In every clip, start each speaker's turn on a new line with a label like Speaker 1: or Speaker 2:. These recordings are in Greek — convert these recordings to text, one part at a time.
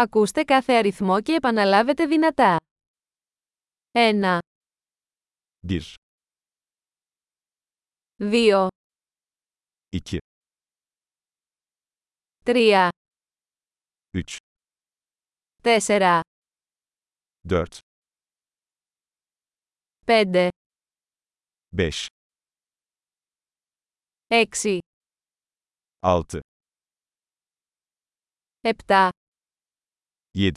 Speaker 1: Ακούστε κάθε αριθμό και επαναλάβετε δυνατά. 1,
Speaker 2: 1,
Speaker 1: 2,
Speaker 2: 2,
Speaker 1: 3,
Speaker 2: 3,
Speaker 1: 4,
Speaker 2: 4,
Speaker 1: 5,
Speaker 2: 5,
Speaker 1: 6,
Speaker 2: 6,
Speaker 1: 7,
Speaker 2: 7,
Speaker 1: 8,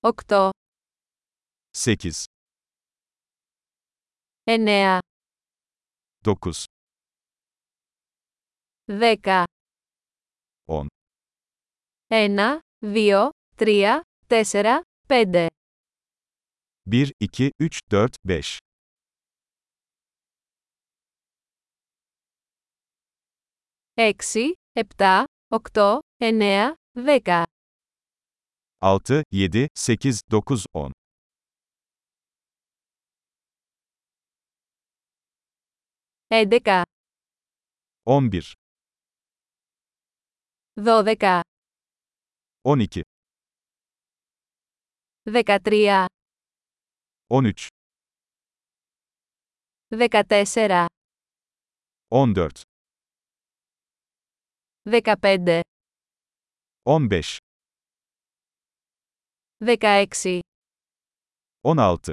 Speaker 2: 8,
Speaker 1: 9, 10,
Speaker 2: 9, 10,
Speaker 1: 1, 2, 3, 4, 5,
Speaker 2: 1, 2, 3, 4, 5.
Speaker 1: έξι, επτά, οκτώ, εννέα, δέκα,
Speaker 2: 6, 7, 8, 9, 10.
Speaker 1: έντεκα,
Speaker 2: 11,
Speaker 1: δώδεκα,
Speaker 2: 12,
Speaker 1: δεκατρία,
Speaker 2: 13,
Speaker 1: δεκατέσσερα,
Speaker 2: 14,
Speaker 1: δεκαπέντε,
Speaker 2: 15,
Speaker 1: δεκαέξι,
Speaker 2: 16,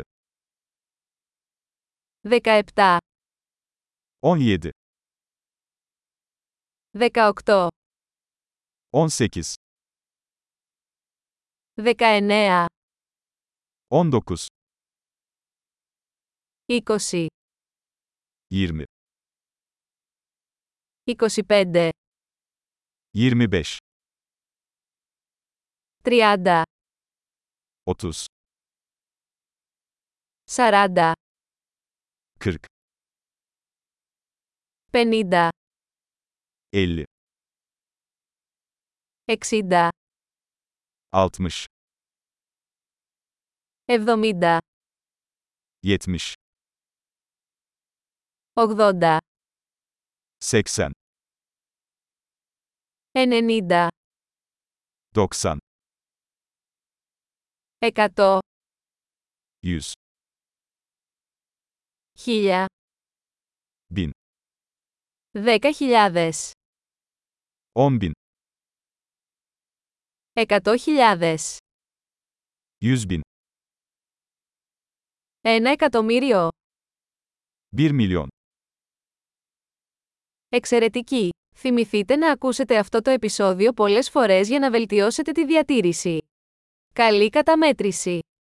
Speaker 1: δεκαεπτά,
Speaker 2: 17,
Speaker 1: δεκαοκτώ,
Speaker 2: 18,
Speaker 1: δεκαεννέα,
Speaker 2: 19,
Speaker 1: είκοσι,
Speaker 2: 20,
Speaker 1: εικοσιπέντε,
Speaker 2: 25,
Speaker 1: τριάντα,
Speaker 2: 30,
Speaker 1: σαράντα,
Speaker 2: 40,
Speaker 1: πενήντα,
Speaker 2: 50,
Speaker 1: εξήντα,
Speaker 2: 60,
Speaker 1: εβδομήντα,
Speaker 2: 70,
Speaker 1: ογδόντα,
Speaker 2: 80,
Speaker 1: ενενήντα,
Speaker 2: 90,
Speaker 1: εκατό,
Speaker 2: 100,
Speaker 1: χίλια,
Speaker 2: 1000,
Speaker 1: δέκα χιλιάδες,
Speaker 2: 10.000,
Speaker 1: εκατό χιλιάδες,
Speaker 2: 100.000,
Speaker 1: ένα εκατομμύριο,
Speaker 2: 1 milyon.
Speaker 1: εξαιρετική! Θυμηθείτε να ακούσετε αυτό το επεισόδιο πολλές φορές για να βελτιώσετε τη διατήρηση. Καλή καταμέτρηση!